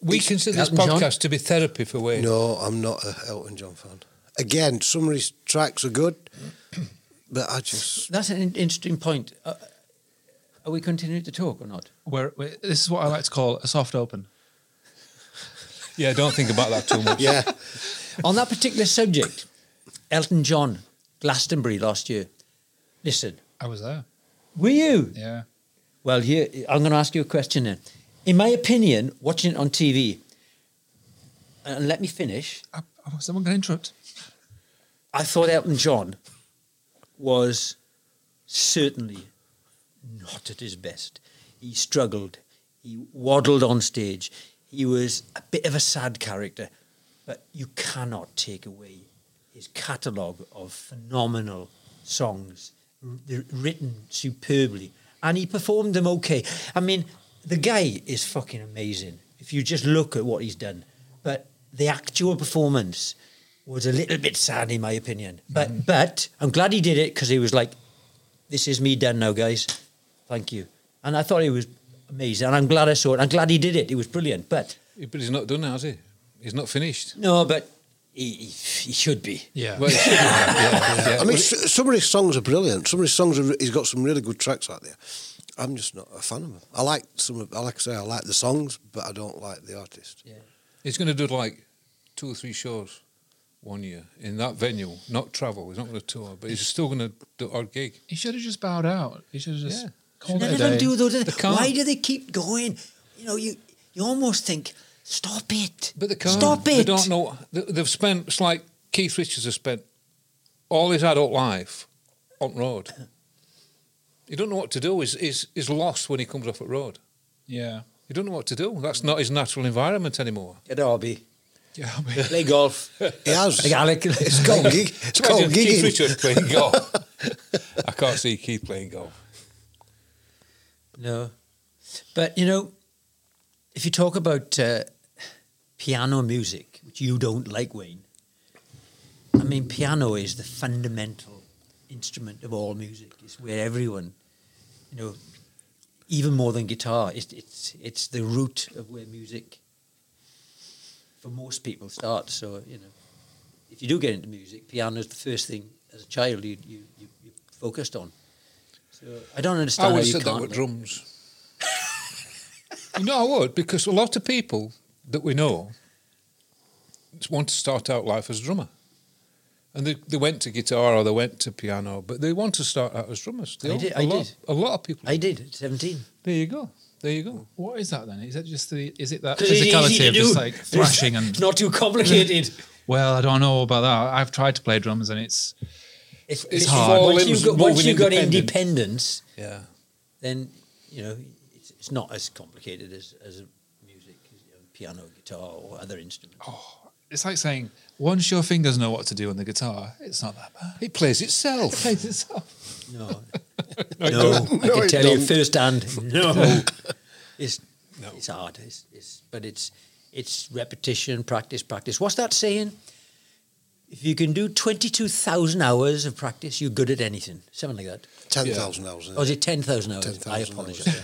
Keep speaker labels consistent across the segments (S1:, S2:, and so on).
S1: we consider this
S2: Elton John?
S1: podcast to be therapy for Wayne.
S3: No, I'm not a Elton John fan. Again, some of his tracks are good, but I just
S2: That's an in- interesting point. Uh, are we continuing to talk or not?
S4: Where, where this is what I like to call a soft open.
S1: Yeah, don't think about that too much.
S3: yeah.
S2: On that particular subject, Elton John, Glastonbury last year. Listen,
S4: I was there.
S2: were you?
S4: Yeah.
S2: Well, here I'm going to ask you a question then. In my opinion, watching it on TV, and let me finish.
S4: I, I, someone going to interrupt?
S2: I thought Elton John was certainly not at his best. He struggled. He waddled on stage. He was a bit of a sad character, but you cannot take away his catalogue of phenomenal songs. R- They're written superbly, and he performed them okay. I mean, the guy is fucking amazing. If you just look at what he's done, but Uh, the actual performance was a little bit sad, in my opinion. But but I'm glad he did it because he was like, "This is me done now, guys. Thank you." And I thought he was amazing, and I'm glad I saw it. I'm glad he did it. It was brilliant. But
S1: But he's not done now, has he? He's not finished.
S2: no, but he, he, he should be.
S4: Yeah.
S1: Well, he should be. yeah, yeah.
S3: I mean, s- some of his songs are brilliant. Some of his songs, are, re- he's got some really good tracks out there. I'm just not a fan of him. I like some of, I like I say, I like the songs, but I don't like the artist.
S1: He's going to do like two or three shows one year in that venue, not travel. He's not going to tour, but he's still going to do our gig.
S4: He should have just bowed out. He should have just
S1: Yeah.
S4: called
S2: None
S4: it
S2: of
S4: a
S2: them
S4: day.
S2: do those.
S1: can't.
S2: Why do they keep going? You know, you you almost think, "Stop it!"
S1: But they can't.
S2: Stop it!
S1: They don't know. they- They've spent. It's like Keith Richards has spent all his adult life on road. He don't know what to do. He's, he's, he's lost when he comes off at road.
S4: Yeah.
S1: He don't know what to do. That's not his natural environment anymore.
S2: Get Derby.
S4: Yeah. I mean,
S2: Play golf.
S3: He has.
S2: like Alec.
S3: It's called gig. It's called
S1: Imagine Keith
S3: gigging.
S1: Richards playing golf. I can't see Keith playing golf.
S2: No. But, you know, if you talk about uh, piano music, which you don't like, Wayne, I mean, piano is the fundamental instrument of all music. It's where everyone, you know, even more than guitar, it's, it's, it's the root of where music, for most people, starts. So, you know, if you do get into music, piano is the first thing as a child you, you, you, you focused on. So I don't
S1: I
S2: understand
S1: would
S2: how
S1: have
S2: you
S1: said that
S2: can't
S1: with
S2: like-
S1: drums. no, I would, because a lot of people that we know want to start out life as drummer. And they, they went to guitar or they went to piano, but they want to start out as drummers. They
S2: I
S1: all-
S2: did-
S1: a
S2: I
S1: lot,
S2: did.
S1: A lot of people.
S2: I did at 17.
S1: there you go. There you go.
S4: what is that then? Is that just the? Is it that
S2: Because it's easy
S4: physicality
S2: to
S4: of just
S2: do.
S4: like thrashing and?
S2: It's not too complicated.
S4: Well, I don't know about that. I've tried to play drums and it's
S2: It's,
S1: It's
S4: hard.
S2: Once
S1: Limbs
S2: you've got, once
S1: moving
S2: you've got
S1: independent.
S2: independence,
S1: Yeah.
S2: then, you know, it's, it's not as complicated as, as music, you know, piano, guitar, or other instruments.
S4: it's like saying once your fingers know what to do on the guitar, it's not that bad.
S1: It plays itself.
S4: It plays itself.
S2: No.
S1: No, it
S2: no, I
S1: doesn't.
S2: can
S3: No, it
S2: tell you
S3: don't.
S2: firsthand, no. it's,
S1: No.
S2: it's hard. It's, it's, but it's, it's repetition, practice, practice. What's that saying? If you can do 22,000 hours of practice, you're good at anything. Something like that.
S3: Ten thousand hours.
S2: Oh, is it 10,000 hours? I
S3: 10,000 hours,
S2: apologise.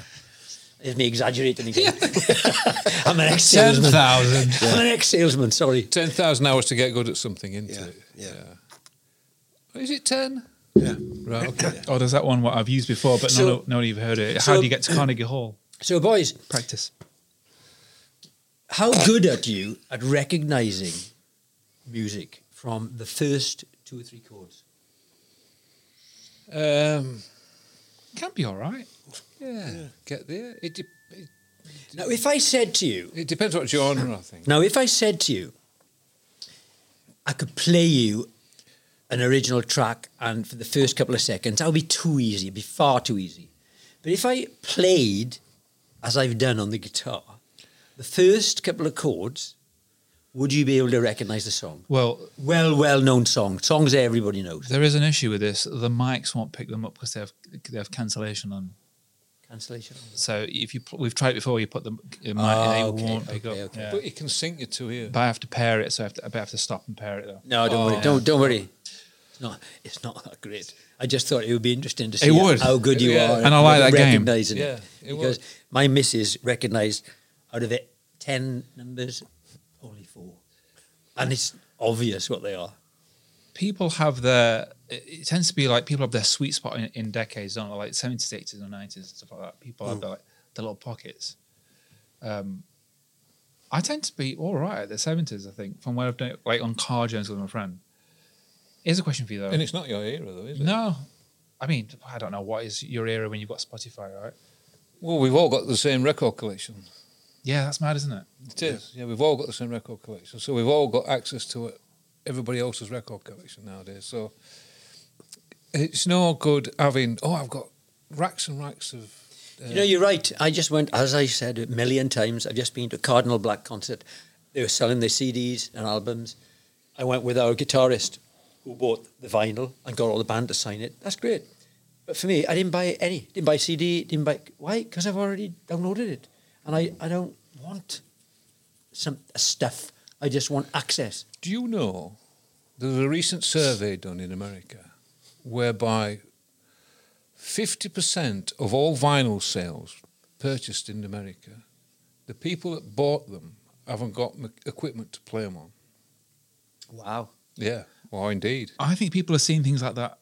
S2: It's me exaggerating again. I'm an
S4: Ten
S2: ex-salesman.
S4: thousand.
S2: I'm an ex-salesman, sorry.
S1: 10,000 hours to get good at something, isn't
S3: Yeah,
S1: it?
S3: yeah.
S1: Is it 10?
S3: Yeah.
S1: Right, okay.
S4: Oh, there's that one what I've used before, but
S2: So-
S4: no, no, none of you've heard it.
S2: so-
S4: How do you get to Carnegie Hall?
S2: So, boys,
S4: Practice.
S2: how good are you at recognising music from the first two or three chords?
S1: Um,
S4: Can be all right.
S1: yeah, get there. It, de- it,
S2: Now, if I said to you,
S1: it depends what genre, I think.
S2: now, if I said to you, I could play you an original track and for the first couple of seconds, that would be too easy, it'd be far too easy. But if I played, as I've done on the guitar, the first couple of chords, would you be able to recognise the song?
S4: Well,
S2: Well, well known song, songs that everybody knows.
S4: there is an issue with this. The mics won't pick them up because they have they have cancellation on.
S2: Cancellation.
S4: So if you pl- we've tried it before, you put the m- mic
S2: Ah,
S4: in, it
S2: okay,
S4: won't pick
S2: okay,
S4: up.
S2: okay.
S4: Yeah.
S1: But it can sink you to here.
S4: But I have to pair it, so I have to, I have to stop and pair it though.
S2: No, don't
S1: Oh.
S2: worry. Don't don't worry. It's not. It's not that great. I just thought it would be interesting to see
S4: It would.
S2: how good you
S1: Yeah.
S2: are.
S4: And I like
S2: at
S4: that game.
S2: recognising
S1: Yeah,
S2: it
S1: it
S2: because my missus recognised out of it ten numbers, only four, and it's obvious what they are.
S4: people have their it it tends to be like people have their sweet spot in, in decades on like 70s 80s or 90s and stuff like that people have their, like, their little pockets um i tend to be all right at the 70s i think from where i've done it like on car journeys with my friend here's a question for you though
S1: And it's not your era, though, is it?
S4: no i mean i don't know what is your era when you've got spotify right
S1: Well, we've all got the same record collection.
S4: yeah that's mad isn't it
S1: It is. Yeah, we've all got the same record collection. So we've all got access to it, everybody else's record collection nowadays. So it's no good having, oh, I've got racks and racks of. Uh,
S2: You know, you're right. I just went, as I said a million times, I've just been to a Cardinal Black concert. They were selling their CDs and albums. I went with our guitarist who bought the vinyl and got all the band to sign it. That's great. But for me, I didn't buy any. Didn't buy CD. Didn't buy. Why? Because I've already downloaded it. And I, I don't want some stuff. I just want access.
S1: Do you know there's a recent survey done in America whereby 50% of all vinyl sales purchased in America, the people that bought them haven't got m- equipment to play them on.
S2: Wow.
S1: Yeah. Well, indeed.
S4: i think people are seeing things like that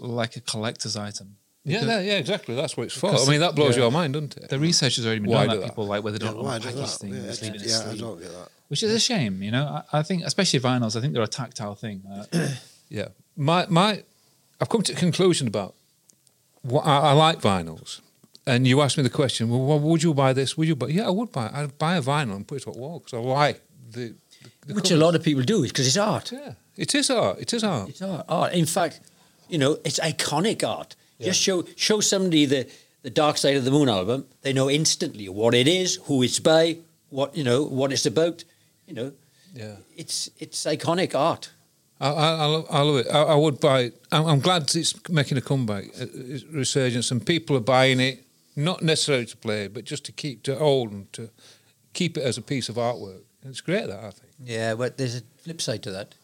S4: like a collector's item
S1: Yeah, that- yeah, exactly. That's what it's for. I
S4: Because-
S1: mean, that blows
S4: yeah.
S1: your mind, doesn't it?
S4: the research has already been
S1: Why
S4: done
S1: do
S4: that
S1: that?
S4: people like where they
S3: Yeah,
S4: don't
S3: why do
S4: unpackage
S3: that?
S4: things
S3: Yeah,
S4: just leave it in a
S3: yeah, I
S4: sleeve.
S3: don't get that.
S4: which is a shame, you know. I, I think, especially vinyls, I think they're a tactile thing. Uh,
S1: Yeah. My my I've come to a conclusion about what I, I like vinyls. And you asked me the question, well, what, would you buy this? Would you buy? Yeah, I would buy. it. I'd buy a vinyl and put it to a wall because I like the. the
S2: Which
S1: colours.
S2: a lot of people do because it's art.
S1: Yeah, it is art. It is art.
S2: It's art. art. In fact, you know, it's iconic art. Just show show somebody the the Dark Side of the Moon album. They know instantly what it is, who it's by, what you know, what it's about. You know,
S1: Yeah,
S2: it's it's iconic art.
S1: I, I, I, love, I love it. I, I would buy. It. I'm, I'm glad it's making a comeback, a, a resurgence, and people are buying it not necessarily to play, but just to keep to hold and to keep it as a piece of artwork. It's great that I think,
S2: Yeah, but there's a flip side to that.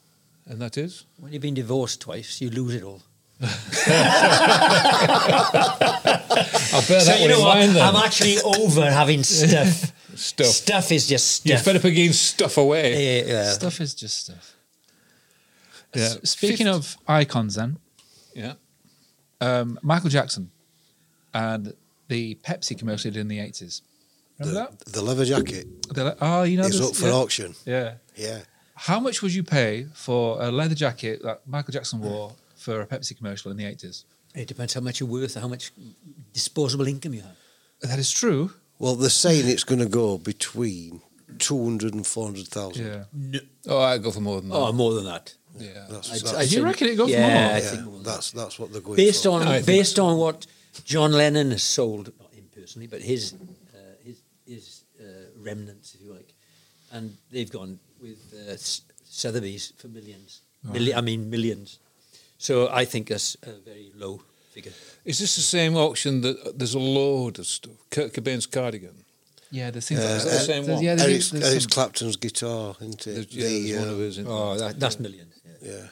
S1: and that is.
S2: When you've been divorced twice, you lose it all.
S1: I'll bear that
S2: you
S1: one
S2: know
S1: in
S2: what?
S1: mind then.
S2: I'm actually over having stuff.
S1: Stuff.
S2: Stuff is just
S1: You're
S2: stuff.
S1: fed up against stuff away.
S2: Yeah, yeah.
S4: Stuff is just stuff.
S1: Yeah.
S4: S- speaking of icons, then,
S1: Yeah.
S4: um, Michael Jackson and the Pepsi commercial he did in the 80s. Remember
S3: The, the leather jacket
S4: that? They're like, oh, you know,
S3: is
S4: this-
S3: up for
S4: yeah.
S3: auction.
S4: Yeah.
S3: Yeah.
S4: How much would you pay for a leather jacket that Michael Jackson wore for a Pepsi commercial in the 80s?
S2: It depends how much you're worth, how much disposable income you have.
S4: That is true.
S3: Well, they're saying it's going to go between 200 and 400,000.
S4: Yeah.
S1: Oh, I'd go for more than that.
S2: Oh, more than that.
S1: yeah.
S3: That's,
S2: I'd-
S3: that's,
S2: I'd
S4: Do
S2: say-
S4: you reckon it got for
S2: yeah,
S4: more?
S2: I
S3: yeah,
S2: think more than
S3: that's, that's what they're going
S2: based
S3: for.
S2: on
S1: I think
S2: based on what John Lennon has sold, not him personally, but his uh, his his uh, remnants, if you like, and they've gone with uh, S- Sotheby's for millions. Milli- I mean millions. So I think that's a very low figure.
S1: Is this the same auction that uh, there's a load of stuff? Kurt Cobain's cardigan.
S4: Yeah, there's
S3: Uh,
S4: things
S1: Is that
S4: like that.
S1: the same
S4: There's-
S1: one?
S4: Yeah, there's-
S3: Eric,
S4: there's
S3: Eric
S4: some-
S3: Clapton's guitar, isn't it?
S1: There's, yeah, there's
S3: The,
S1: one
S3: uh,
S1: of his.
S2: Oh, that, that's millions. Yeah.
S3: yeah,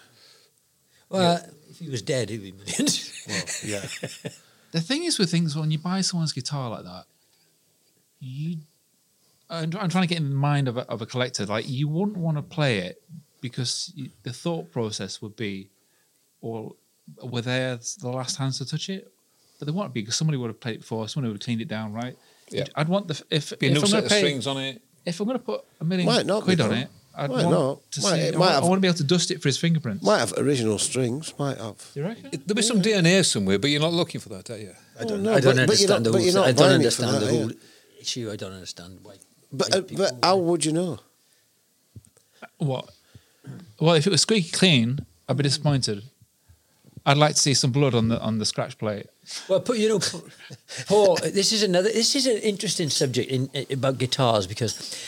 S2: Well, if he was dead, he'd be millions.
S3: yeah.
S4: The thing is with things when you buy someone's guitar like that, you. I'm, try- I'm trying to get in the mind of a, of a collector. Like you wouldn't want to play it because you, the thought process would be, well, were they the last hands to touch it? But they won't be because somebody would have played it before. Somebody would have cleaned it down, right?
S1: Yeah.
S4: I'd want the if
S1: Be a
S4: if
S1: new
S4: I'm
S1: set
S4: going to
S1: of
S4: pay
S1: strings on it.
S4: if I'm going to put a million
S3: Might not be,
S4: quid on
S3: though.
S4: it, I'd
S3: Might
S4: want
S3: not.
S4: to
S3: Might-
S4: see.
S3: it might
S4: I, want,
S3: have-
S4: I want to be able to dust it for his fingerprints.
S3: Might have original strings, might have.
S4: Do you reckon?
S1: There'll be some DNA somewhere, but you're not looking for that, are you?
S2: I don't,
S3: no,
S2: I don't
S3: but- but
S2: understand
S3: you're
S2: the
S3: not- but
S2: whole.
S3: you're
S2: thing.
S3: not
S2: I don't
S3: buying it for
S2: understand the
S3: that, yeah.
S2: whole issue. I don't understand why.
S3: But,
S2: why
S3: uh,
S2: people
S3: but how would you know?
S4: What? Well, if it was squeaky clean, I'd be disappointed. I'd like to see some blood on the on the scratch plate.
S2: Well, put you know, Paul. This is another. This is an interesting subject in, about guitars because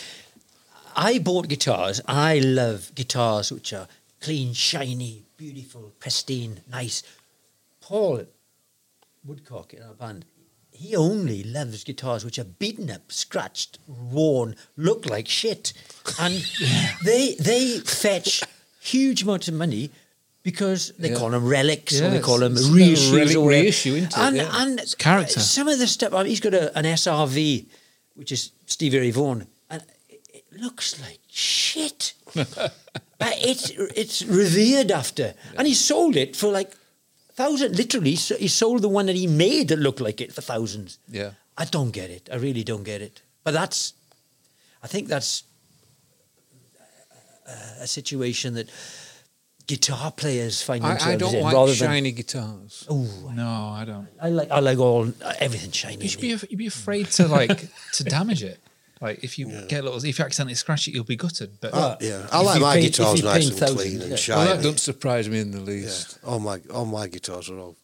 S2: I bought guitars. I love guitars which are clean, shiny, beautiful, pristine, nice. Paul Woodcock in our band, he only loves guitars which are beaten up, scratched, worn, look like shit, and they they fetch huge amounts of money. Because they
S1: Yeah.
S2: call 'em call them relics, or they
S1: Yes,
S2: call them
S1: it's another
S2: reissues,
S1: relic
S2: or whatever.
S1: reissue, isn't it?
S2: And, uh,
S1: Yeah.
S2: and
S4: character.
S2: um, Some of the stuff. I mean, he's got a, an SRV, which is Stevie Ray Vaughan, and looks like shit. but it's it's revered after, and he sold it for like thousand. Literally, so he sold the one that he made that looked like it for thousands.
S1: Yeah.
S2: I don't get it. I really don't get it. But that's, I think that's uh, a, a situation that guitar players find themselves
S1: I, I don't
S2: in
S1: like
S2: rather
S1: shiny guitars.
S2: than. Ooh,
S4: No, I don't.
S2: I like I like all everything shiny.
S4: You should be af- you'd be afraid to like to damage it. Like if you get little, if you accidentally scratch it, you'll be gutted. But
S2: Uh,
S3: Yeah, I
S2: If
S3: like
S2: you
S3: my
S2: paint- if
S3: guitars
S2: you
S3: nice
S2: paint
S3: and
S2: thousands,
S3: clean
S2: yeah.
S3: and
S1: Well, that
S3: shiny.
S1: doesn't surprise me in the
S3: yeah,
S1: least.
S3: all my all my guitars are all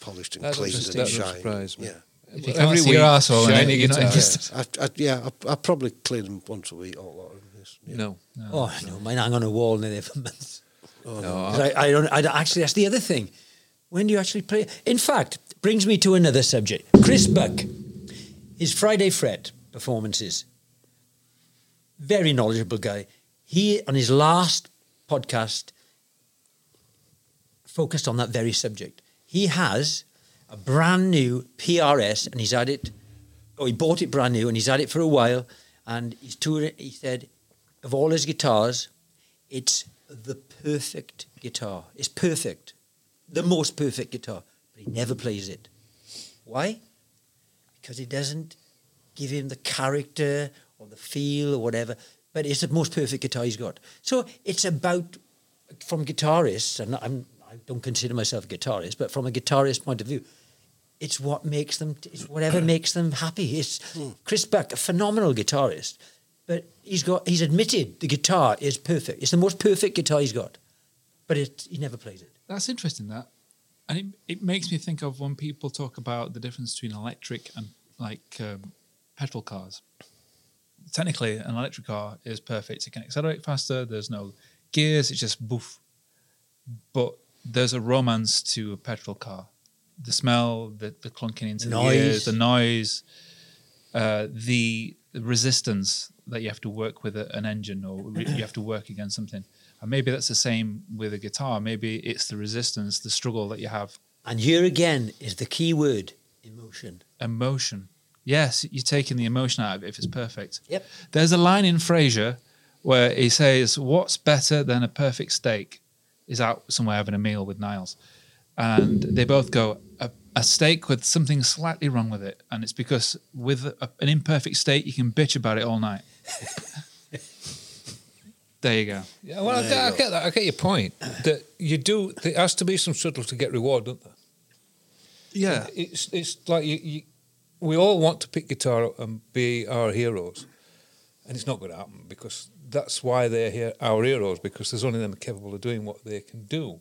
S3: polished and
S1: That
S3: clean
S1: doesn't-
S3: and
S1: that doesn't
S3: shiny.
S1: surprise me.
S3: Yeah,
S4: if
S1: Every
S4: you can't see your
S1: week,
S4: arsehole in
S1: shiny
S4: it, you're not
S1: guitar.
S4: interested.
S3: I, I, yeah, I, I probably clean them once a week. All lot of this. Yeah.
S1: No.
S2: Oh no, mine hang on a wall near there for months.
S3: Oh,
S1: No,
S2: 'Cause I, I don't. I don't, actually. That's the other thing. When do you actually play? In fact, brings me to another subject. Chris Buck, his Friday Fret performances. Very knowledgeable guy. He on his last podcast focused on that very subject. He has a brand new PRS, and he's had it. Oh, he bought it brand new, and he's had it for a while. And he's touring. He said, of all his guitars, it's the perfect guitar. It's perfect, the most perfect guitar. But he never plays it. Why? Because it doesn't give him the character or the feel or whatever. But it's the most perfect guitar he's got. So it's about from guitarists, and I'm, I don't consider myself a guitarist, but from a guitarist point of view, it's what makes them, it's whatever makes them happy. It's Chris Buck, a phenomenal guitarist, but he's got, he's admitted the guitar is perfect. It's the most perfect guitar he's got, but it, he never plays it.
S4: That's interesting, that. And it, it makes me think of when people talk about the difference between electric and like um, petrol cars. Technically, an electric car is perfect. It can accelerate faster. There's no gears. It's just boof. But there's a romance to a petrol car. The smell, the, the clunking into
S2: Noise.
S4: the ears, the noise, uh, the, the resistance that you have to work with a, an engine or re- you have to work against something. And maybe that's the same with a guitar. Maybe it's the resistance, the struggle that you have,
S2: And here again is the key word emotion.
S4: emotion. Yes, you're taking the emotion out of it if it's perfect.
S2: Yep.
S4: There's a line in Frasier where he says, What's better than a perfect steak? Is out somewhere having a meal with Niles. And they both go, A, a steak with something slightly wrong with it. And it's because with a, an imperfect steak, you can bitch about it all night. there you go.
S1: Yeah, well, I get, I get that. I get your point. That you do. There has to be some struggle to get reward, don't there?
S4: Yeah.
S1: It's it's like you, you, we all want to pick guitar up and be our heroes, and it's not going to happen because that's why they're here, our heroes because there's only them capable of doing what they can do.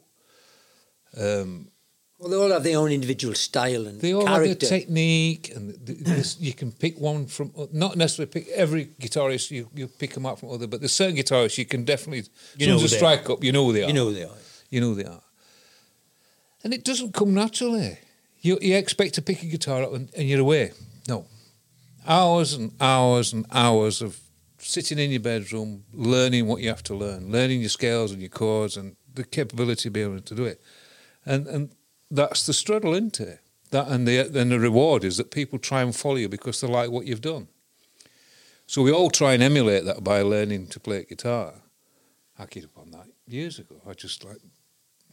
S1: Um,
S2: Well, they all have their own individual style and
S1: they all have
S2: character.
S1: their technique, and th- th- this, you can pick one from not necessarily pick every guitarist. You, you pick them up from other, but there's certain guitarists you can definitely.
S2: You
S1: You soon
S2: know
S1: as
S2: who
S1: they
S2: they are.
S1: strike up, you know who they are.
S2: you know who they are.
S1: You know they are. And it doesn't come naturally. You, you expect to pick a guitar up and, and you're away. No. Hours and hours and hours of sitting in your bedroom, learning what you have to learn, learning your scales and your chords and the capability of being able to do it. And, and that's the struggle, isn't it? That and the, then the reward is that people try and follow you because they like what you've done. So we all try and emulate that by learning to play guitar. I keyed up on that years ago. I just like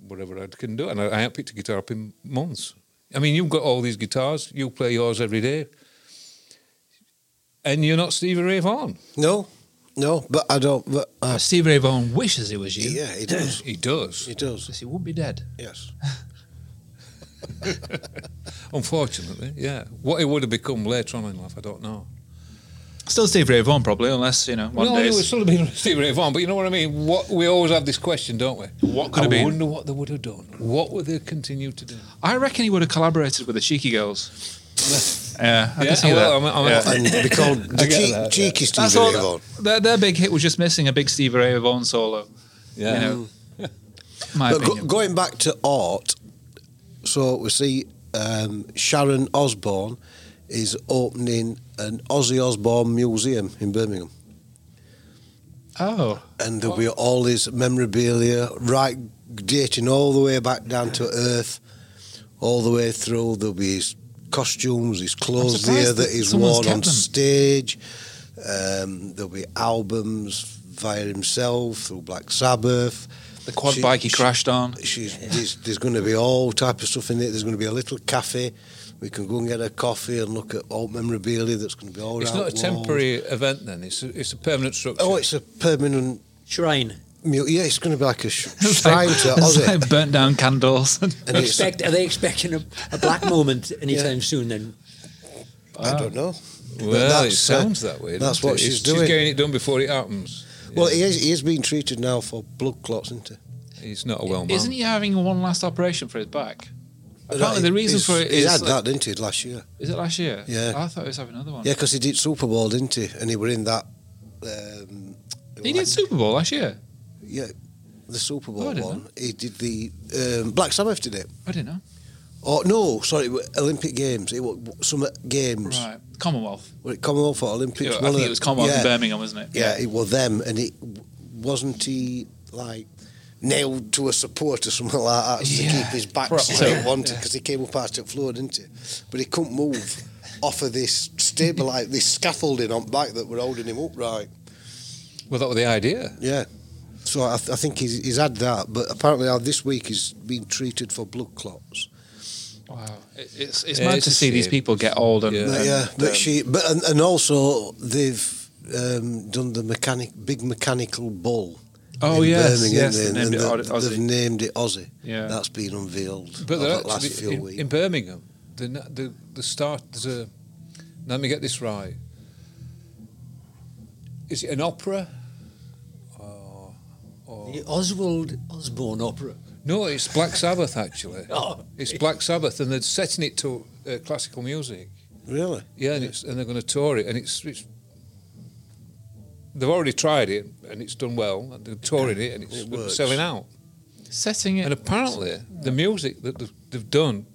S1: whatever I can do. And I, I haven't picked a guitar up in months. I mean, you've got all these guitars. You play yours every day. And you're not Stevie Ray Vaughan.
S3: no, no, but I don't. But uh,
S4: Steve Ray Vaughan wishes it was you.
S3: yeah, it does.
S1: He does,
S3: It does.
S4: Because he would be dead.
S3: Yes.
S1: unfortunately. Yeah. What he would have become later on in life, I don't know.
S4: Still Steve Ray Vaughan, probably, unless, you know, one
S1: no,
S4: day.
S1: he would still have been Stevie Ray Vaughan, but you know what I mean? What We always have this question, don't we?
S4: What could
S1: I
S4: have been?
S1: wonder what they would have done. What would they continue to do?
S4: I reckon he would have collaborated with the Cheeky Girls. yeah, I
S1: Yeah,
S4: can see
S1: well,
S4: that.
S1: I'm- I'm-
S4: Yeah.
S3: Uh, And be called the
S1: get
S3: cheek,
S1: that, yeah.
S3: cheeky Stevie
S4: That's all.
S3: Ray Vaughan.
S4: their, their big hit was just missing a big Stevie Ray Vaughan solo.
S1: Yeah.
S4: You know, my
S3: But go,
S4: opinion.
S3: going back to art, so we see um, Sharon Osbourne is opening an Ozzy Osbourne museum in Birmingham,
S4: oh,
S3: and there'll be all his memorabilia, right dating all the way back down to Earth, all the way through. There'll be his costumes, his clothes
S4: surprised
S3: there
S4: that
S3: that he's
S4: someone's
S3: worn on
S4: kept them.
S3: stage. Um, there'll be albums via himself through Black Sabbath.
S4: The quad
S3: She-
S4: bike he
S3: she-
S4: crashed on.
S3: She's, there's, there's going to be all type of stuff in it. There's going to be a little cafe. We can go and get a coffee and look at old memorabilia that's going to be all
S1: It's
S3: around
S1: not a
S3: walls.
S1: temporary event then. It's a, it's a permanent structure.
S3: Oh, it's a permanent.
S2: Shrine.
S3: mu- Yeah, it's going to be like a sh- shrine to Ozzy.
S4: like burnt down candles.
S3: And it's,
S2: Expect, are they expecting a, a black moment anytime soon then?
S3: I don't know. But
S1: well, it
S3: that's, uh,
S1: sounds that way.
S3: That's
S1: doesn't
S3: what
S1: it?
S3: she's
S1: It's-
S3: doing.
S1: She's getting it done before it happens.
S3: Well, he is, he is being treated now for blood clots, isn't he?
S1: He's not a well
S3: oh,
S1: man.
S4: Isn't he having one last operation for his back? Apparently, the reason
S3: He's-
S4: for it
S3: he
S4: is
S3: had
S4: like-
S3: that, didn't he, last year?
S4: Is it last year?
S3: Yeah.
S4: I thought he was having another one.
S3: Yeah, because he did Super Bowl, didn't he? And he were in that. Um,
S4: He
S3: like-
S4: did Super Bowl last year.
S3: Yeah, the Super
S4: Oh, I
S3: Bowl one.
S4: didn't
S3: He did the um, Black Sabbath did it.
S4: I didn't know.
S3: Oh no, sorry, it were Olympic Games. It was Summer Games.
S4: Right. Commonwealth.
S3: Were it Commonwealth or Olympics?
S4: Yeah, I
S3: One of
S4: think
S3: the-
S4: it was Commonwealth in
S3: Yeah,
S4: Birmingham, wasn't it?
S3: yeah, it was them, and it wasn't he like nailed to a support or something like that to
S4: Yeah,
S3: keep his back
S4: proper.
S3: so he wanted because he came up past it floor, didn't he? But he couldn't move off of this stable like this scaffolding on back that were holding him upright.
S1: Well, that was the idea.
S3: Yeah. So I, th- I think he's, he's had that, but apparently now this week he's been treated for blood clots.
S4: Wow. It, it's it's
S1: Yeah,
S4: mad
S1: it's
S4: to
S1: a
S4: see these
S1: shame.
S4: people get old and.
S1: Yeah.
S3: But
S4: and-
S3: yeah, but
S4: um,
S3: she, but and, and also they've um, done the mechanic big mechanical bull.
S4: Oh,
S3: in
S4: yes.
S3: Birmingham,
S4: yes.
S3: and
S4: they named it
S3: they-
S4: Oz- Ozzy.
S3: they've named it Aussie.
S4: Yeah.
S3: that's been unveiled
S1: But
S3: over
S1: they're
S3: the last
S1: actually
S3: few
S1: in,
S3: weeks.
S1: in Birmingham. The, na- the the start there's a. now Let me get this right. Is it an opera? Or, or,
S2: The Oswald Osborne opera.
S1: No, it's Black Sabbath actually.
S2: Oh.
S1: It's Black Sabbath, and they're setting it to uh, classical music.
S3: really?
S1: Yeah, and, it's, and they're going to tour it, and it's, it's they've already tried it, and it's done well. And they're touring it, and it's
S3: It works.
S1: selling out.
S4: Setting
S1: And
S4: it.
S1: apparently, the music that they've, they've done,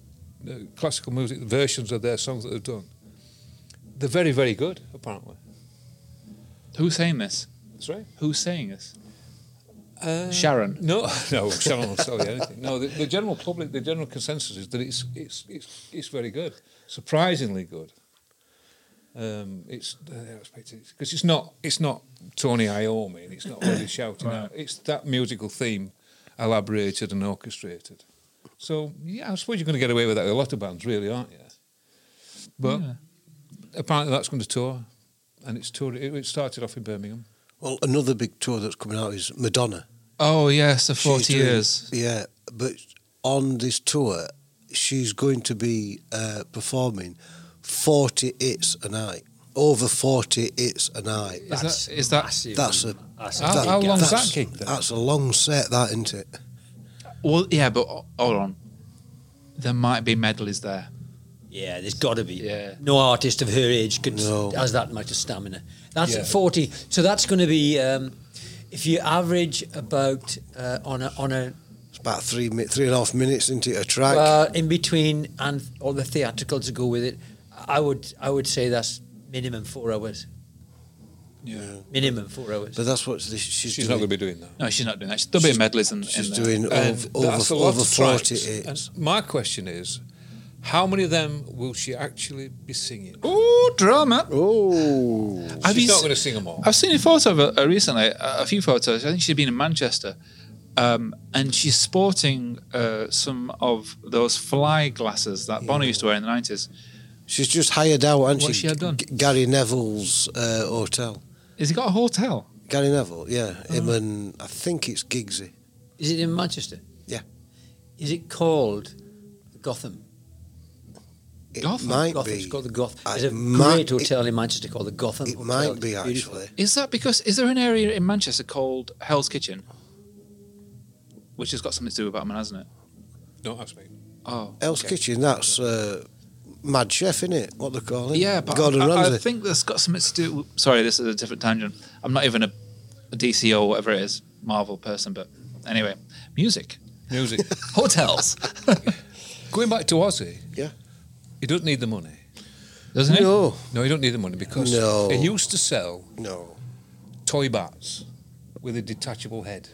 S1: the classical music versions of their songs that they've done, they're very, very good. Apparently,
S4: Who's saying this?
S1: that's right.
S4: Who's saying this?
S1: Uh,
S4: Sharon.
S1: No, no, Sharon will tell you anything. No, the, the general public, the general consensus is that it's it's it's, it's very good, surprisingly good. Um, it's because it's not it's not Tony Iommi and it's not really shouting
S4: Right.
S1: out. It's that musical theme, elaborated and orchestrated. So yeah, I suppose you're going to get away with that with a lot of bands, really, aren't you? But
S4: Yeah.
S1: apparently that's going to tour, and it's toured. It, it started off in Birmingham.
S3: Well, another big tour that's coming out is Madonna.
S4: Oh, yes, the
S3: She's
S4: 40
S3: doing-
S4: years.
S3: Yeah, but on this tour, she's going to be uh, performing forty hits a night, over forty hits a night.
S4: Is that, is that
S3: That's a
S2: That's
S1: How-
S3: that-
S1: how long's that
S3: that's-
S1: gig then?
S3: That's a long set, that isn't it?
S4: well? Yeah, but o- hold on, there might be medleys there.
S2: Yeah, there's got to be.
S4: Yeah.
S2: No artist of her age could
S3: No.
S2: has that much of stamina. That's
S1: Yeah.
S2: at 40. So that's going to be um, if you average about uh, on a on a
S3: It's about three mi- three and a half minutes into a track.
S2: well, in between and all the theatricals that go with it. I would I would say that's minimum four hours.
S1: Yeah,
S2: Minimum four hours.
S3: but that's what this- she's,
S1: she's not
S3: doing.
S1: going to be doing that.
S4: No, she's not doing that. She's- There'll be
S3: She's-
S4: medleys in,
S3: she's
S4: in there.
S3: doing
S1: And
S3: over over,
S1: lot
S3: over
S1: of
S3: forty
S1: tracks.
S3: hits.
S1: And my question is, how many of them will she actually be singing?
S4: Ooh, drama!
S3: Oh,
S4: Have
S1: She's
S4: you
S1: not
S4: s-
S1: going to sing them all.
S4: I've seen a photo of her uh, recently, a a few photos. I think she's been in Manchester, um, and she's sporting uh, some of those fly glasses that Bono used to wear in the nineties.
S3: she's just hired out, and
S4: What she had done?
S3: Gary Neville's uh, hotel.
S4: Has he got a hotel?
S3: Gary Neville, yeah, him and I think it's Giggsy.
S2: Is it in Manchester?
S3: Yeah.
S2: Is it called Gotham?
S3: It
S4: Gotham?
S3: might
S2: Gotham. It's
S3: be.
S2: called the Gotham.
S3: I-
S2: There's a
S3: might-
S2: great hotel in Manchester called the Gotham.
S3: It
S2: Hotel.
S3: might
S2: It's
S3: be
S2: beautiful.
S3: actually.
S4: Is that because is there an area in Manchester called Hell's Kitchen, which has got something to do with Batman, hasn't it?
S1: Don't ask me.
S4: Oh,
S3: Hell's
S4: okay.
S3: Kitchen. That's uh, Mad Chef, isn't it? What they call him?
S4: Yeah, but
S3: Gordon
S4: I, I-
S3: Ramsay.
S4: I think that's got something to do. Sorry, this is a different tangent. I'm not even a, a DC or whatever it is, Marvel person. But anyway, music,
S1: Music.
S4: hotels,
S1: going back to Ozzy.
S3: Yeah.
S1: He doesn't need the money.
S4: doesn't it?
S3: no,
S1: No, he don't need the money because
S3: No.
S1: he used to sell
S3: no.
S1: toy bats with a detachable head.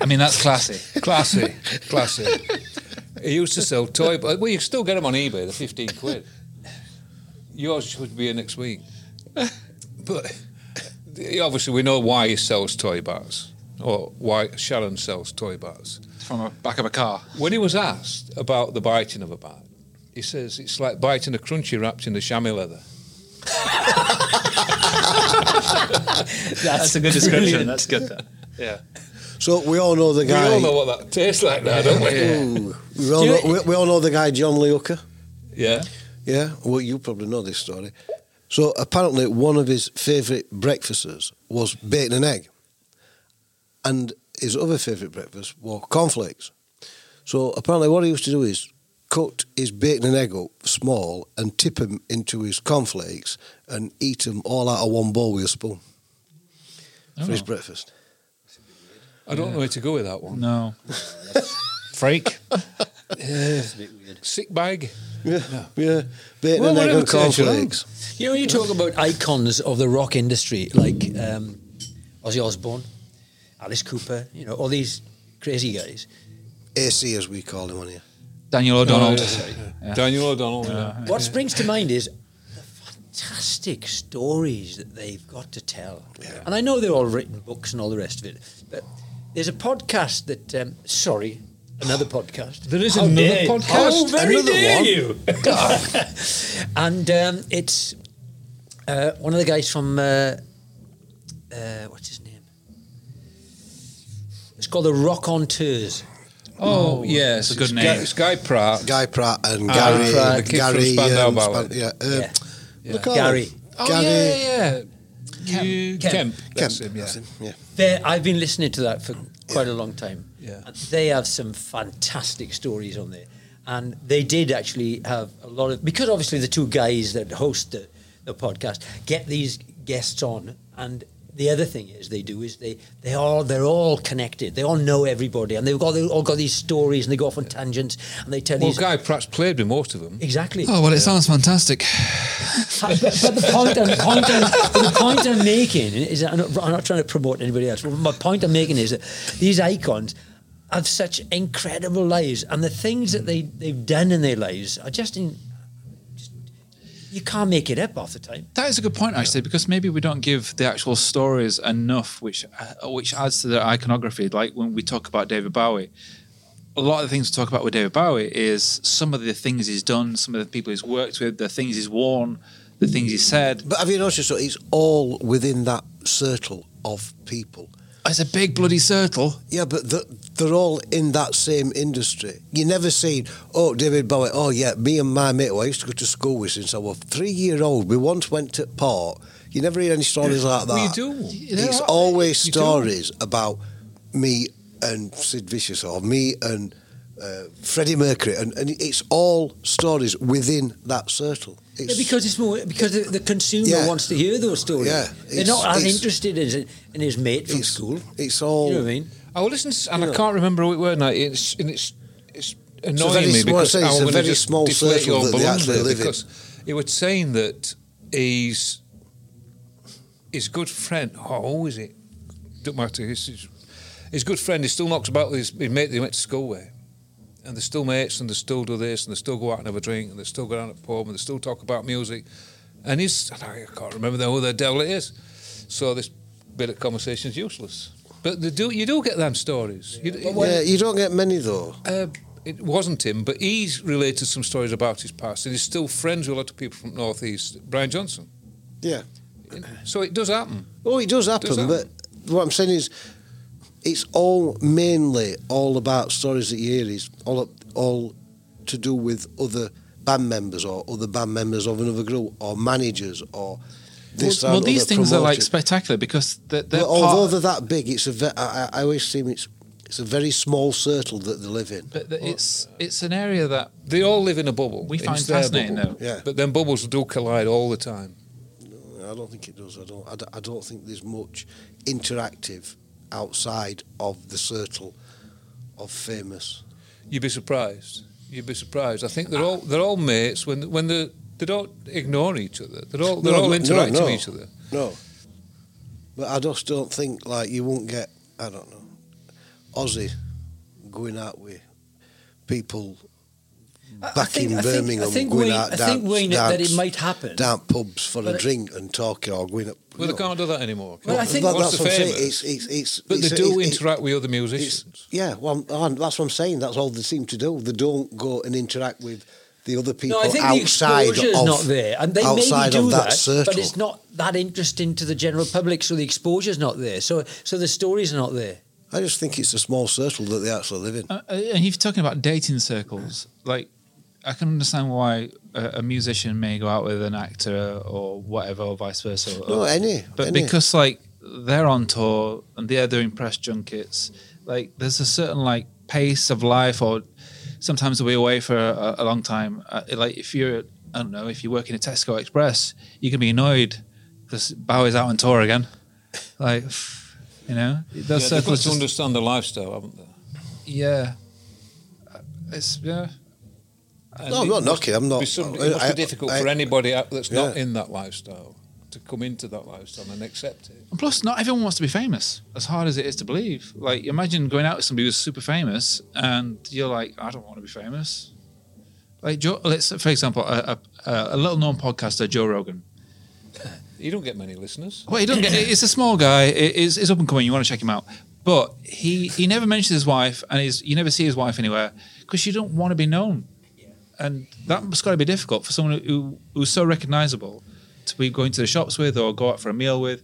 S4: I mean, that's classy.
S1: Classy, classy. He used to sell toy. But well, you still get them on eBay. They're fifteen quid. yours should be here next week. but the- obviously, we know why he sells toy bars or why Sharon sells toy bars.
S4: from the back of a car.
S1: When he was asked about the biting of a bat, he says it's like biting a crunchy wrapped in a chamois leather.
S2: That's,
S5: That's a good description.
S2: brilliant.
S5: That's good. Yeah.
S3: So we all know the
S1: We
S3: guy.
S1: all know what that tastes like now, don't we?
S3: Ooh. we, all know, we, we all know the guy John Lee Hooker.
S1: Yeah.
S3: Yeah, well, you probably know this story. So apparently, one of his favourite breakfasts was bacon and egg, and his other favourite breakfast were cornflakes. So apparently, what he used to do is cut his bacon and egg up small and tip them into his cornflakes and eat them all out of one bowl with a spoon for his
S4: Oh.
S3: breakfast.
S1: I don't know where to go with that one.
S4: No.
S1: Freak.
S2: That's a bit weird.
S1: Sick bag.
S3: Yeah, yeah, bacon
S1: Well,
S3: and egg
S1: whatever
S3: and
S1: turns you on.
S3: cornflakes.
S2: You know, when you talk about icons of the rock industry, like um, Ozzy Osbourne, Alice Cooper, you know, all these crazy guys.
S3: AC as we call him on here.
S4: Daniel O'Donnell. Yeah.
S1: Daniel O'Donnell. yeah.
S2: What springs to mind is the fantastic stories that they've got to tell. And I know they're all written books and all the rest of it, but there's a podcast that, um, sorry, another podcast.
S1: There is
S2: How
S1: another
S2: dare-
S1: podcast?
S2: How very
S1: Another
S2: dare
S1: one?
S2: you! and um, it's uh, one of the guys from, uh, uh, what's his name? It's called the Rock On Tours.
S1: Oh, yes.
S4: that's a good
S1: it's
S4: name.
S1: Guy, it's Guy Pratt.
S3: Guy Pratt and
S1: Ah,
S3: Gary.
S1: Pratt. the kid from
S3: Gary.
S1: Spandau
S3: um,
S1: Ballet.
S3: Span- yeah, uh,
S2: Yeah.
S1: Yeah.
S3: look at
S2: Gary.
S3: him.
S1: Oh,
S3: Gary.
S1: yeah, yeah, yeah.
S2: Kemp.
S1: You-
S2: Kemp.
S1: Kemp. That's
S3: Kemp,
S1: him, yeah.
S3: that's him, yeah.
S2: They're, I've been listening to that for quite a long time.
S1: Yeah.
S2: And they have some fantastic stories on there. And they did actually have a lot of, because obviously the two guys that host the, the podcast get these guests on. And the other thing is they do is they, they all, they're all connected. They all know everybody. And they've got, they've all got these stories and they go off on tangents and they tell
S1: Well,
S2: these.
S1: Guy Pratt's played with most of them.
S2: Exactly.
S4: Oh well, it sounds fantastic.
S2: but, but the point I'm, point I'm- the point I'm making is that I'm not, I'm not trying to promote anybody else. But my point I'm making is that these icons have such incredible lives, and the things that they they've done in their lives are just in. just- You can't make it up half the time.
S4: That is a good point, actually, because maybe we don't give the actual stories enough, which uh, which adds to their iconography. Like when we talk about David Bowie, a lot of the things to talk about with David Bowie is some of the things he's done, some of the people he's worked with, the things he's worn, the things he said.
S3: But have you noticed? So it's all within that circle of people.
S4: It's a big bloody circle.
S3: Yeah, but the, they're all in that same industry. You never seen, oh, David Bowie, oh, yeah, me and my mate, who I used to go to school with since I was three year old, we once went to Port. You never hear any stories like that.
S1: We do.
S3: It's always
S1: You do.
S3: stories about me and Sid Vicious or me and uh, Freddie Mercury, and, and it's all stories within that circle. It's,
S2: because it's more because the, the consumer
S3: Yeah.
S2: wants to hear those stories.
S3: Yeah,
S2: They're
S3: it's-
S2: not as
S3: it's-
S2: interested as in, in his mate from
S3: it's,
S2: school.
S3: it's
S2: You
S3: all.
S2: know what I mean?
S1: I will listen, to, and
S3: Yeah.
S1: I can't remember who it were now. It's and it's it's
S3: a
S1: annoying
S3: very
S1: me
S3: small-
S1: because
S3: I say it's
S1: I'm
S3: a
S1: gonna
S3: very
S1: just
S3: small
S1: deflate
S3: circle
S1: your
S3: that they
S1: balloon
S3: actually
S1: there
S3: live in.
S1: because He was saying that he's his good friend. Oh, who is it? Don't matter. His, his, his good friend. He still knocks about with his, his mate that he went to school with. And they're still mates, and they still do this, and they still go out and have a drink, and they still go down at pub, and they still talk about music. And he's, and I can't remember who the devil it is. So this bit of conversation is useless. But they do, you do get them stories. You, do-
S3: yeah, you don't get many though.
S1: uh, it wasn't him, but he's related some stories about his past, and he's still friends with a lot of people from North East. Brian Johnson.
S3: Yeah.
S1: So it does happen.
S3: Oh, it does happen,
S1: Does happen.
S3: but what I'm saying is, it's all mainly all about stories that you hear is all all to do with other band members or other band members of another group or managers or this.
S4: well,
S3: that,
S4: these
S3: other
S4: things are like
S3: promoters.
S4: spectacular because they're, they're
S3: But although
S4: part,
S3: they're that big, it's a ve- I, I- I always seem it's it's a very small circle that they live in.
S4: but it's it's an area that
S1: They all live in a bubble.
S4: We
S1: It's
S4: find
S1: their
S4: fascinating,
S1: bubble.
S3: though. Yeah.
S1: But then bubbles do collide all the time.
S3: I don't think it does. I don't. I don't, I don't think there's much interactive outside of the circle of famous.
S1: You'd be surprised. You'd be surprised. I think they're all they're all mates when when they they don't ignore each other. They're all they're
S3: No,
S1: all
S3: no,
S1: interacting
S3: no.
S1: with each other.
S3: No. But I just don't think like you won't get I don't know Aussie going out with people back in Birmingham,
S2: I think,
S3: going
S2: Wayne,
S3: out
S2: I
S3: dance,
S2: think Wayne, that
S3: dance-
S2: it might happen.
S3: damp pubs for
S2: But
S3: a
S2: it-
S3: drink and talking or going up.
S1: Well,
S3: you
S1: they
S3: know.
S1: can't do that anymore. can
S2: Well,
S1: they?
S2: I think-
S3: That-
S1: Once
S3: that's
S1: they're
S3: what I'm saying.
S1: famous.
S3: It's, it's, it's,
S1: but they
S3: it's,
S1: do
S3: it's-
S1: interact with other musicians.
S3: it's- Yeah, well, and that's what I'm saying. That's all they seem to do. They don't go and interact with the other people
S2: no, I think
S3: outside
S2: the exposure's
S3: of
S2: not there, and they maybe
S3: outside
S2: do
S3: of that,
S2: that,
S3: circle.
S2: but it's not that interesting to the general public, so the exposure's not there. So, so the story's not there.
S3: I just think it's a small circle that they actually live in.
S4: Uh, and if you're talking about dating circles, like I can understand why a, a musician may go out with an actor or whatever, or vice versa. or-
S3: No, any,
S4: but
S3: any.
S4: because like they're on tour and they're doing press junkets, like there's a certain like pace of life, or sometimes we're away for a, a long time. Uh, like if you're, I don't know, if you work in a Tesco Express, you can be annoyed because Bowie's out on tour again. Like, you know,
S1: Yeah,
S4: those
S1: they've got
S4: circles
S1: to
S4: just-
S1: understand the lifestyle, haven't they?
S4: yeah. Uh, It's yeah.
S1: And
S3: No, I'm
S1: it
S3: not
S1: must
S3: knocking, I'm not-
S1: Be some, it
S3: I-
S1: must
S3: I-
S1: be difficult
S3: I-
S1: for anybody out that's not
S3: Yeah.
S1: in that lifestyle to come into that lifestyle and accept it.
S4: And plus, not everyone wants to be famous. As hard as it is to believe, like imagine going out with somebody who's super famous, and you're like, I don't want to be famous. Like Joe, let's for example, a, a, a little-known podcaster, Joe Rogan.
S1: You don't get many listeners.
S4: Well, he doesn't get. It's a small guy. It is it's up and coming. You want to check him out, but he he never mentions his wife, and his you never see his wife anywhere because you don't want to be known, and that's got to be difficult for someone who who's so recognizable to be going to the shops with or go out for a meal with.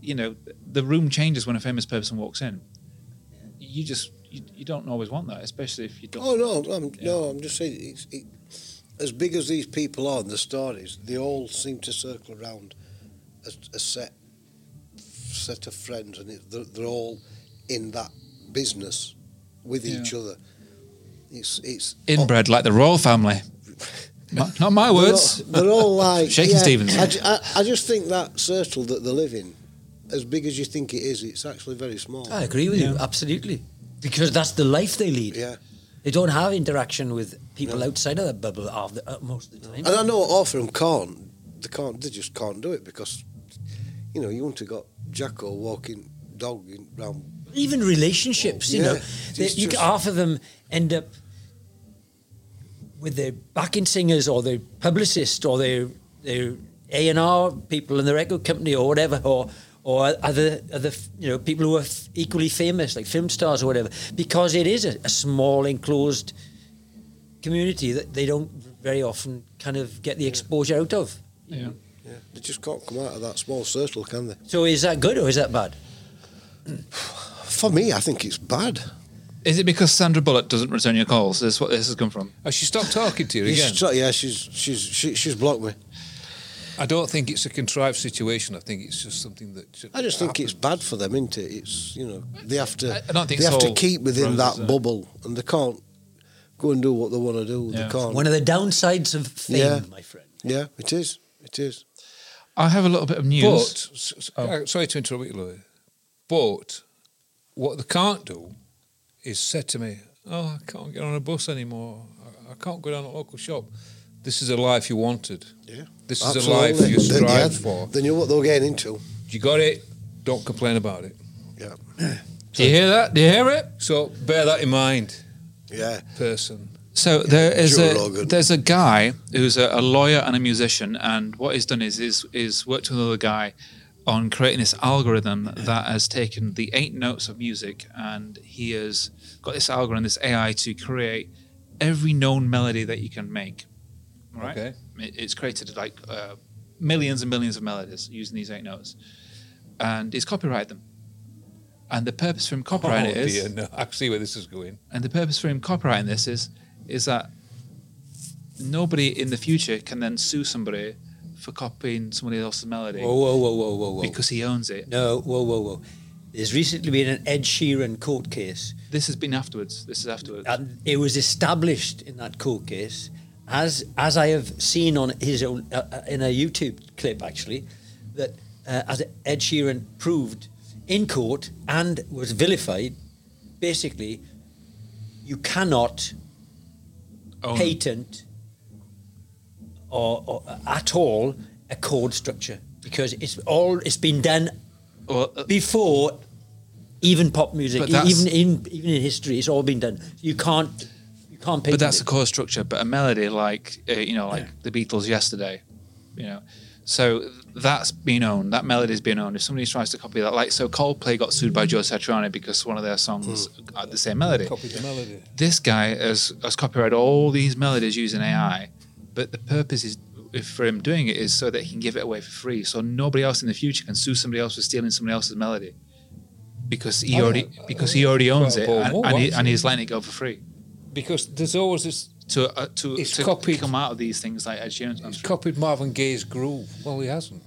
S4: You know, the room changes when a famous person walks in. You just you, you don't always want that, especially if you don't.
S3: Oh no, I'm, no, I'm just saying. It's, it, as big as these people are in the stories, they all seem to circle around a, a set set of friends, and it, they're, they're all in that business with each other. It's it's
S4: Inbred like the royal family. My- not my
S3: They're all-
S4: words.
S3: They're all, like
S4: Shaking
S3: yeah,
S4: Stevens.
S3: I, ju- I, I just think that circle that they live in, as big as you think it is, it's actually very small.
S4: Ah,
S2: I agree with you absolutely, because that's the life they lead.
S3: Yeah.
S2: They don't have interaction with people outside of that bubble half the, uh, most of the time.
S3: And I know Orpheum can't. They can't. They just can't do it because, you know, you want to got Jacko walking dog in round.
S2: Even relationships, you
S3: Yeah,
S2: know, they,
S3: it's
S2: you,
S3: just-
S2: half of them end up with their backing singers or their publicist or their their A and R people in the record company or whatever or. Or other, other, you know, people who are f- equally famous, like film stars or whatever, because it is a, a small, enclosed community that they don't very often kind of get the exposure out of.
S4: Yeah.
S3: Yeah. They just can't come out of that small circle, can they?
S2: So is that good or is that bad?
S3: For me, I think it's bad.
S4: Is it because Sandra Bullock doesn't return your calls? That's what this has come from.
S1: Has she stopped talking to you
S3: You
S1: again?
S3: should try- yeah, she's she's she, she's blocked me.
S1: I don't think it's a contrived situation. I think it's just something that. Should
S3: I just think
S1: happen.
S3: it's bad for them, isn't it? It's you know they have to
S4: I- I don't think
S3: they
S4: it's
S3: have to
S4: all
S3: keep within
S4: roses,
S3: that
S4: uh,
S3: bubble, and they can't go and do what they want to do.
S4: Yeah.
S3: They can't.
S2: One of the downsides of fame,
S3: Um, Yeah.
S2: my friend.
S3: yeah, it is. It is.
S4: I have a little bit of news.
S1: But s- s- uh, sorry to interrupt you, Louis. But what they can't do is say to me, "Oh, I can't get on a bus anymore. I, I can't go down to the local shop." This is a life you wanted.
S3: Yeah.
S1: This
S3: Absolutely.
S1: is a life you
S3: They- yeah,
S1: strived for.
S3: They knew what they were getting into.
S1: You got it. Don't complain about it.
S3: Yeah.
S4: Do you hear that? Do you hear it?
S1: So bear that in mind,
S3: Yeah.
S1: person.
S4: So there is
S3: Joe
S4: a
S3: Rogan.
S4: there's a guy who's a, a lawyer and a musician, and what he's done is is is worked with another guy on creating this algorithm that has taken the eight notes of music, and he has got this algorithm, this AI, to create every known melody that you can make. All Right?
S1: Okay.
S4: It- It's created like uh, millions and millions of melodies using these eight notes, and he's copyrighted them. And the purpose for him copyrighting it
S1: oh,
S4: is
S1: dear, no, I see where this is going.
S4: and the purpose for him copyrighting this is is that nobody in the future can then sue somebody for copying somebody else's melody
S2: Whoa, whoa, whoa, whoa, Oh, whoa, whoa.
S4: because he owns it.
S2: No, whoa, whoa, whoa. There's recently been an Ed Sheeran court case,
S4: This has been afterwards. This is afterwards.
S2: and it was established in that court case, as as I have seen on his own uh, uh, in a YouTube clip actually, that uh, as Ed Sheeran proved in court and was vilified, basically, you cannot
S4: Own.
S2: patent or, or at all a chord structure because it's all it's been done
S4: Well, uh,
S2: before even pop music,
S4: But that's-
S2: even in even in history, it's all been done. You can't you You can't patent
S4: but that's
S2: it.
S4: the chord structure. But a melody like uh, you know, like the Beatles yesterday, you know. So that's been owned. That melody's been owned. If somebody tries to copy that, like so, Coldplay got sued by Joe Satriani because one of their songs had the same melody.
S1: Copy the melody.
S4: This guy has, has copyrighted all these melodies using AI, but the purpose is if- for him doing it is so that he can give it away for free. So nobody else in the future can sue somebody else for stealing somebody else's melody because he
S1: Oh,
S4: already
S1: uh,
S4: because he already owns
S1: quite
S4: it
S1: a bold
S4: and,
S1: move,
S4: and, he, and
S1: actually.
S4: he's letting it go for free
S1: Because there's always this.
S4: to uh, to,
S1: It's
S4: to
S1: copied.
S4: come out of these things like Ed Sheeran's gone
S1: He's
S4: through.
S1: copied Marvin Gaye's groove. Well, he hasn't.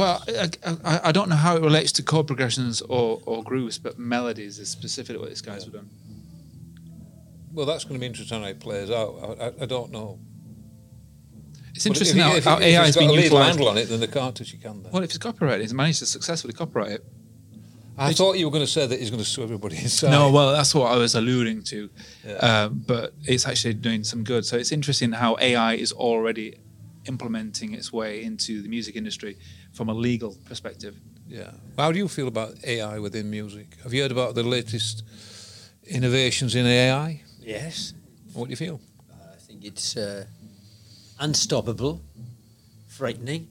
S4: Well, I, I, I don't know how it relates to chord progressions or, or grooves, but melodies is specifically what these guys have done.
S1: Well, that's going to be interesting how it plays out. I, I, I don't know.
S4: It's
S1: But
S4: interesting
S1: if,
S4: how,
S1: he- if,
S4: how
S1: he- if he's
S4: AI has
S1: got
S4: been
S1: a legal
S4: utilized.
S1: handle on it, then the cartouche you can. Then.
S4: Well, if it's copyrighted, it's managed to successfully copyright it.
S1: I thought you were going to say that he's going to sue everybody inside.
S4: No, well, that's what I was alluding to.
S1: Yeah.
S4: Uh, but it's actually doing some good. So it's interesting how AI is already implementing its way into the music industry from a legal perspective.
S1: Yeah. How do you feel about AI within music? Have you heard about the latest innovations in AI?
S2: Yes.
S1: What do you feel?
S2: I think it's uh, unstoppable, frightening,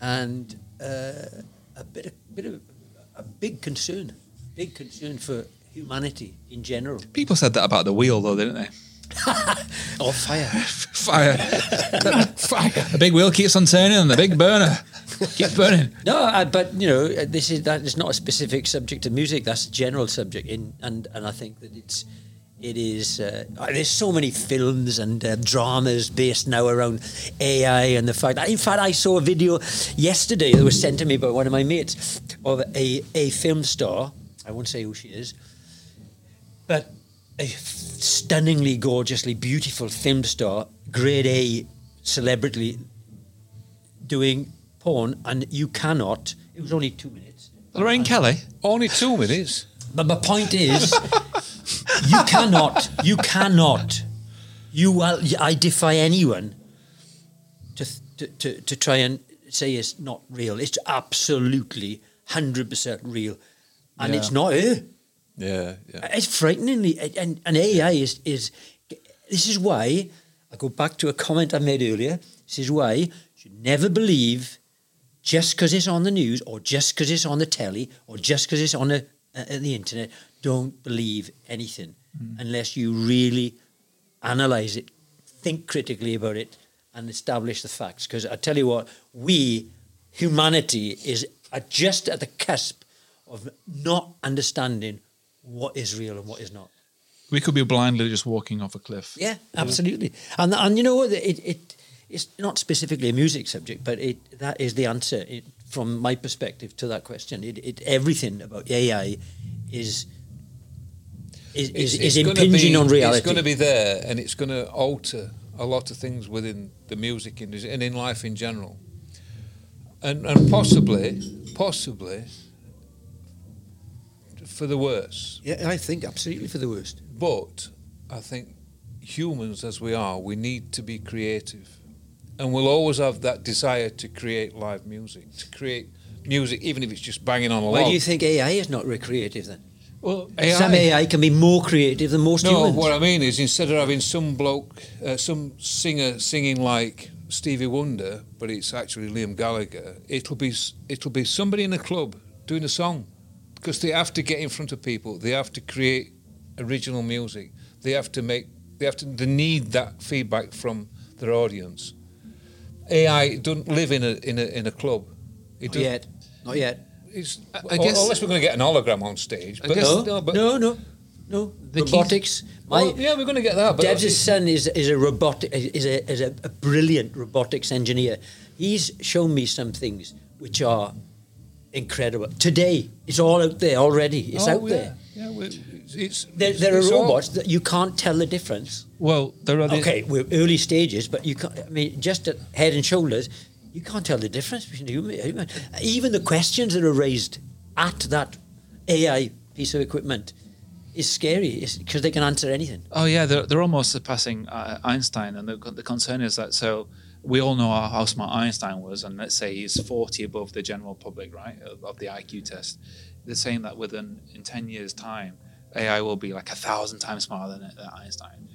S2: and uh, a bit, of, bit of a big concern, big concern for humanity in general.
S4: People said that about the wheel, though, didn't they?
S2: Or fire.
S4: Fire. Fire. The big wheel keeps on turning and the big burner keeps burning.
S2: No, I, but you know, uh, this is that is not a specific subject of music. That's a general subject, in and and I think that it's it is. Uh, uh, there's so many films and uh, dramas based now around AI and the fact. That, in fact, I saw a video yesterday that was sent to me by one of my mates of a a film star. I won't say who she is, but a stunningly, gorgeously beautiful film star, grade A celebrity doing porn, and you cannot. It was only two minutes.
S4: Lorraine Kelly.
S1: Only two minutes.
S2: But my point is, you cannot. You cannot. You will. I defy anyone to to to, to try and say it's not real. It's absolutely hundred percent real, and
S4: Yeah.
S2: it's not. Eh?
S1: Yeah. yeah.
S2: It's frighteningly, and, and AI is, is. This is why I go back to a comment I made earlier. This is why you should never believe just because it's on the news, or just because it's on the telly, or just because it's on the uh, uh, the internet. Don't believe anything unless you really analyze it, think critically about it, and establish the facts. Because I tell you what, we humanity is are just at the cusp of not understanding what is real and what is not.
S4: We could be blindly just walking off a cliff.
S2: Yeah, absolutely. And and you know what? It it it's not specifically a music subject, but it that is the answer it, from my perspective to that question. It, it everything about AI is is is, is
S1: gonna
S2: impinging
S1: be-
S2: on reality.
S1: It's going to be there, and it's going to alter a lot of things within the music industry and in life in general. And and possibly, possibly, for the worse.
S2: yeah, I think absolutely for the worst.
S1: But I think humans, as we are, we need to be creative, and we'll always have that desire to create live music, to create music, even if it's just banging on a
S2: Why
S1: log.
S2: do you think AI is not very creative then?
S1: well,
S2: Some AI can be more creative than most
S1: No,
S2: humans.
S1: what I mean is instead of having some bloke, uh, some singer singing like Stevie Wonder, but it's actually Liam Gallagher, it'll be s- it'll be somebody in a club doing a song because they have to get in front of people. They have to create original music. They have to make. They have to. They need that feedback from their audience. AI doesn't live in a in a in a club. It
S2: not
S1: doesn't-
S2: yet, not yet.
S1: It's,
S4: I- I
S1: un-
S4: guess-
S1: unless we're going to get an hologram on stage.
S4: I
S1: But
S4: guess-
S2: No,
S1: no, but,
S2: no, no, no.
S4: The key-
S2: Robotics. My,
S1: well, yeah, we're going to get that. But
S2: Debs' son is is a robotic is a is a, a brilliant robotics engineer. He's shown me some things which are incredible. Today, it's all out there already. It's
S1: Oh,
S2: out there.
S1: Yeah, yeah we- it's, it's,
S2: There, there are
S1: it's all-
S2: robots that you can't tell the difference.
S4: Well, there are the,
S2: Okay, we're early stages, but you can't. I mean, just at head and shoulders, you can't tell the difference between human. human. Even the questions that are raised at that AI piece of equipment is scary because they can answer anything.
S4: Oh yeah, they're they're almost surpassing uh, Einstein, and the the concern is that so we all know how, how smart Einstein was, and let's say he's forty above the general public, right, of, of the IQ test. They're saying that within in ten years' time, AI will be like a thousand times smarter than, than Einstein.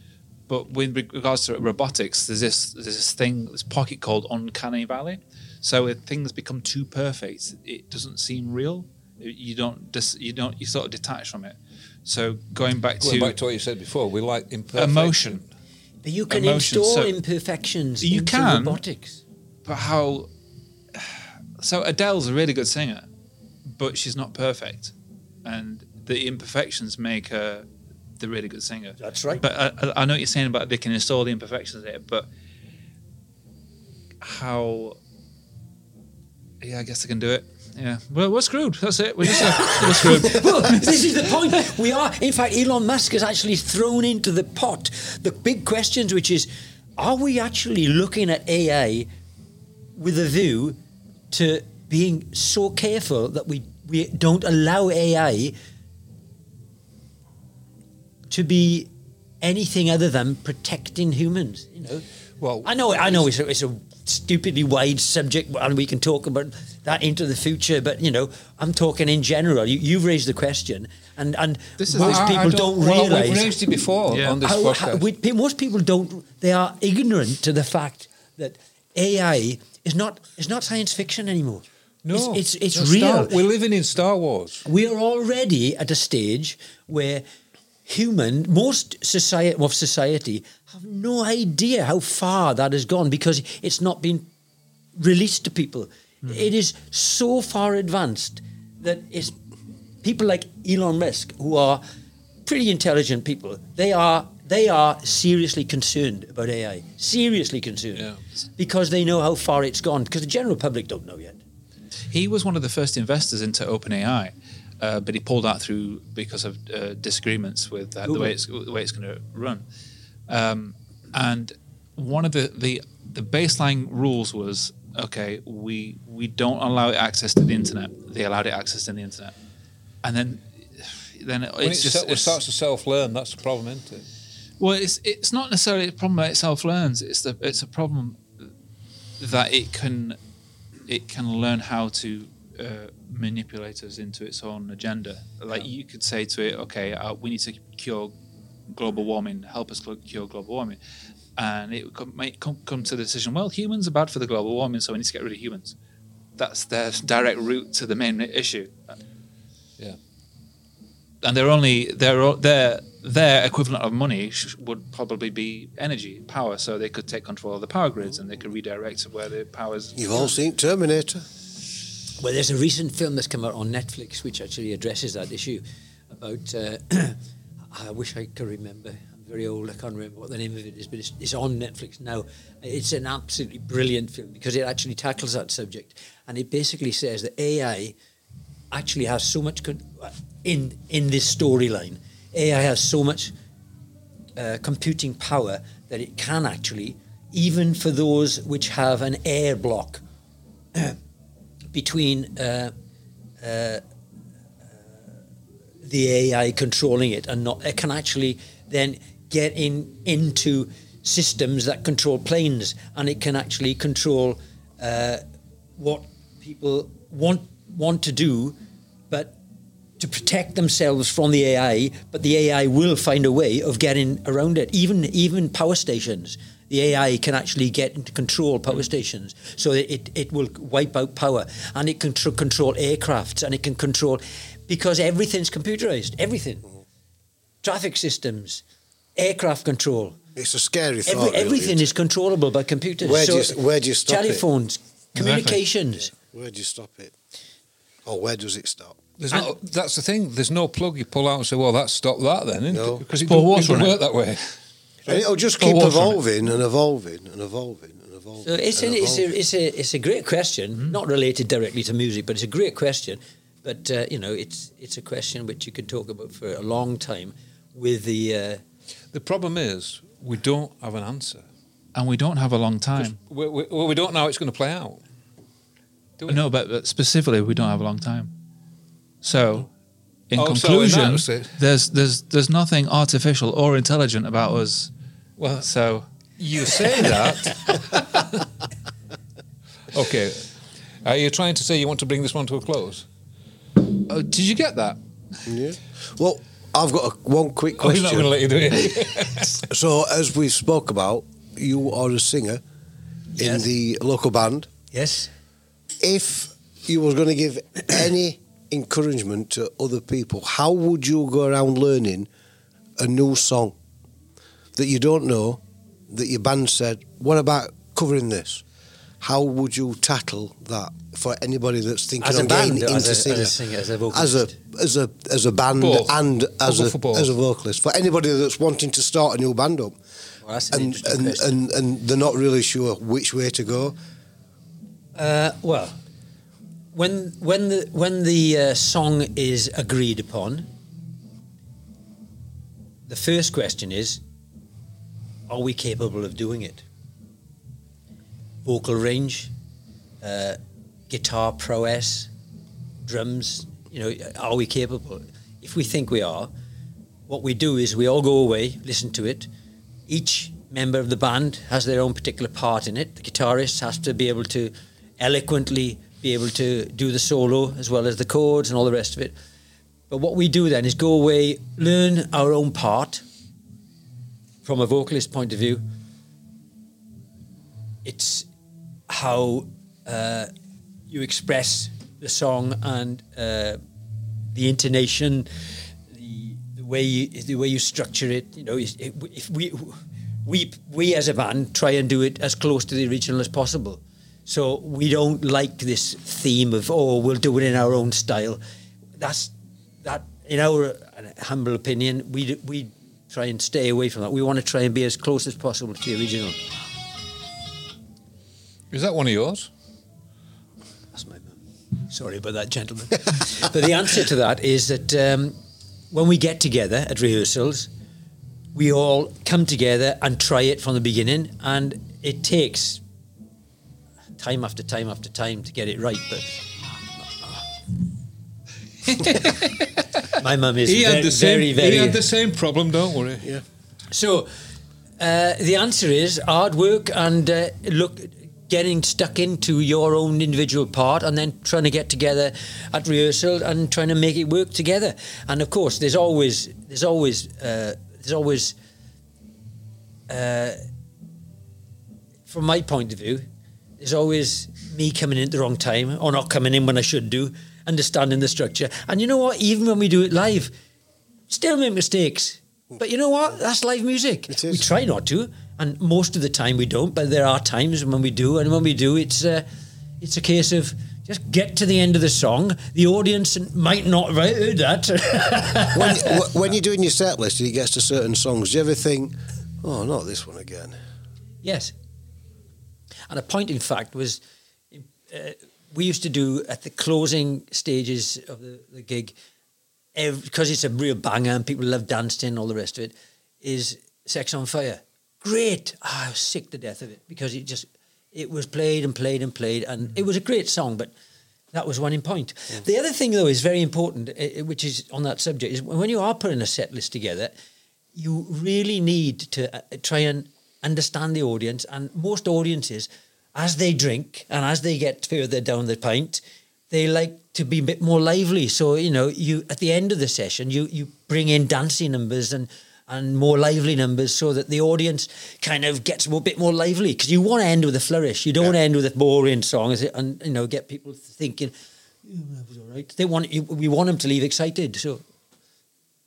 S4: But with reg- regards to robotics, there's this there's this thing, this pocket called uncanny valley. So if things become too perfect, it doesn't seem real. You don't dis, you don't you sort of detach from it. So going back
S1: Going
S4: to
S1: back to what you said before, we like imperfect
S4: emotion,
S2: But you can
S4: Emotions,
S2: install
S4: so-
S2: imperfections
S4: You
S2: into
S4: can.
S2: robotics.
S4: but how? So Adele's a really good singer, but she's not perfect, and the imperfections make her the really good singer.
S2: That's right.
S4: But I- I, I know what you're saying about they can install the imperfections there, but how? Yeah, I guess they can do it. Yeah, well, we're screwed. That's it. We're, just, we're screwed.
S2: well, this is the point. We are, in fact, Elon Musk has actually thrown into the pot the big questions, which is, are we actually looking at AI with a view to being so careful that we, we don't allow AI to be anything other than protecting humans? You know,
S1: Well,
S2: I know, I know, it's a, it's a stupidly wide subject, and we can talk about that into the future. But you know, I'm talking in general. You, you've raised the question, and and
S4: This is-
S2: most
S1: I- I
S2: people don't,
S1: well,
S2: realize.
S1: We've raised it before
S4: Yeah.
S1: on this
S2: how-
S1: podcast.
S2: how- we- pe- most people don't. They are ignorant to the fact that AI is not is not science fiction anymore.
S1: no,
S2: it's it's,
S1: no,
S2: it's real.
S1: Star- we're living in Star Wars.
S2: We are already at a stage where human, most society of society, have no idea how far that has gone because it's not been released to people. It is so far advanced that it's people like Elon Musk who are pretty intelligent people. They are they are seriously concerned about AI. Seriously concerned
S1: Yeah.
S2: because they know how far it's gone. Because the general public don't know yet.
S4: he was one of the first investors into OpenAI, uh, but he pulled out through because of uh, disagreements with uh, the
S2: Google.
S4: way it's the way it's going to run. Um, and one of the, the the baseline rules was okay, we we don't allow it access to the internet. They allowed it access to the internet, and then then it,
S1: When
S4: it's
S1: it
S4: just
S1: se- it
S4: it's-
S1: starts to self-learn, that's the problem, isn't it?
S4: well, it's it's not necessarily a problem that it self learns. It's the it's a problem that it can it can learn how to uh, manipulate us into its own agenda. Like you could say to it, okay, uh, we need to cure global warming. Help us gl- cure global warming, and it could might come, come to the decision. Well, humans are bad for the global warming, so we need to get rid of humans. That's their direct route to the main issue and they're only their their their equivalent of money sh- would probably be energy power so they could take control of the power grids and they could redirect to where the powers
S3: You've all seen Terminator.
S2: Well, there's a recent film that's come out on Netflix which actually addresses that issue about. Uh, I wish I could remember. I'm very old. I can't remember what the name of it is, but it's, it's on Netflix now. It's an absolutely brilliant film because it actually tackles that subject, and it basically says that AI actually has so much con- uh, in in this storyline. AI has so much uh, computing power that it can actually, even for those which have an air block between uh, uh, the AI controlling it and not, it can actually then get in into systems that control planes, and it can actually control uh, what people want want to do, but to protect themselves from the AI. But the AI will find a way of getting around it. Even even power stations, the AI can actually get into control
S3: Mm.
S2: power stations, so that it it will wipe out power, and it can tr- control aircrafts, and it can control because everything's computerized. Everything,
S3: Mm.
S2: traffic systems, aircraft control.
S3: It's a scary thought.
S2: Every,
S3: really.
S2: everything is controllable by computers.
S3: Where do you- where do you stop it?
S2: telephones, communications.
S3: Where do you stop it? Or Oh, where does it stop?
S1: There's no, that's the thing. There's no plug you pull out and say, "Well, that stop that then," isn't
S3: No.
S1: it? because it
S4: Pour
S1: don't, it
S4: water
S1: don't
S4: on it.
S1: work that way.
S3: And it'll Oh, just
S4: Or
S3: keep
S4: water on it.
S3: evolving and evolving and evolving and evolving.
S2: So it's,
S3: and
S2: a, it's, a,
S3: evolving.
S2: it's, a, it's a great question, not related directly to music, but it's a great question. But, uh, you know, it's, it's a question which you can talk about for a long time with the... Uh,
S1: The problem is we don't have an answer.
S4: and we don't have a long time
S1: We, we, well, we don't know how it's going to play out. Do we?
S4: no but, but specifically we don't have a long time so
S1: Oh, so in
S4: in
S1: that
S4: conclusion
S1: respect-
S4: there's there's there's nothing artificial or intelligent about us
S1: Well,
S4: so
S1: you say that. okay. Are you trying to say Uh, you want to bring this one to a close?
S4: oh, did you get that
S3: Yeah. Well, I, I've got a, one quick
S1: We're
S2: Oh,
S3: question.
S1: Oh, not going to let you do it.
S3: So, as we spoke about, you are a singer in
S2: Yes.
S3: the local band.
S2: Yes.
S3: If you was going to give any encouragement to other people, how would you go around learning a new song that you don't know, that your band said, what about covering this? How would you tackle that for anybody that's thinking
S2: As a
S3: of getting
S2: band,
S3: into
S2: as a, as
S3: singing?
S2: a singer, as a vocalist.
S3: as a as a as a band
S1: Both.
S3: and as a
S1: For both.
S3: as a vocalist for anybody that's wanting to start a new band up
S2: Well, that's an
S3: and
S2: interesting
S3: and,
S2: question.
S3: and and they're not really sure which way to go.
S2: Uh, well, when when the when the uh, song is agreed upon, the first question is, are we capable of doing it? Vocal range, uh, guitar prowess, drums. You know, are we capable? If we think we are, what we do is we all go away, listen to it. Each member of the band has their own particular part in it. The guitarist has to be able to eloquently be able to do the solo as well as the chords and all the rest of it. But what we do then is go away, learn our own part from a vocalist point of view. It's how uh, you express the song and uh, the intonation, the, the way you, the way you structure it. You know, is- it, if we we we as a band try and do it as close to the original as possible. So we don't like this theme of oh we'll do it in our own style. That's that in our humble opinion we d- we try and stay away from that. We want to try and be as close as possible to the original.
S1: Is that one of yours?
S2: That's my mum. Sorry about that, gentlemen. but the answer to that is that um, when we get together at rehearsals, we all come together and try it from the beginning, and it takes time after time after time to get it right. But my mum is
S1: He
S2: very,
S1: had the same.
S2: very, very.
S1: he had the same problem. Don't worry.
S2: So uh, the answer is hard work and uh, look, getting stuck into your own individual part, and then trying to get together at rehearsal and trying to make it work together. And of course, there's always there's always uh, there's always from my point of view, there's always me coming in at the wrong time or not coming in when I should do, understanding the structure. And you know what? Even when we do it live, still make mistakes. But you know what? That's live music.
S3: It
S2: We
S3: is.
S2: try not to, and most of the time we don't. But there are times when we do, and when we do, it's uh, it's a case of just get to the end of the song. The audience might not have heard that.
S3: When wh- when you're doing your set list and you get to certain songs, do you ever think, oh, not this one again?
S2: Yes. And a point, in fact, was uh, we used to do at the closing stages of the, the gig, because it's a real banger and people love dancing and all the rest of it, is Sex on Fire. Great. Ah, I was sick to death of it because it just, it was played and played and played and it was a great song, but that was one in point. The other thing, though, is very important, eh, eh, which is on that subject, is when you are putting a set list together, you really need to uh, try and understand the audience. And most audiences, as they drink and as they get further down the pint, they like to be a bit more lively. So you know, you at the end of the session, you you bring in dancing numbers and and more lively numbers so that the audience kind of gets a bit more lively because you want to end with a flourish. You don't want to end with a boring song is it? and you know get people thinking. "Mm, That was all right. They want you, we want them to leave excited. So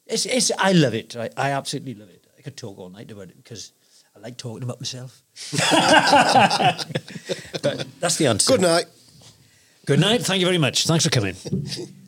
S2: it's, it's I love it. I, I absolutely love it. I could talk all night about it because I like talking about myself. but that's the answer.
S3: Good night.
S2: Good night. Thank you very much. Thanks for coming.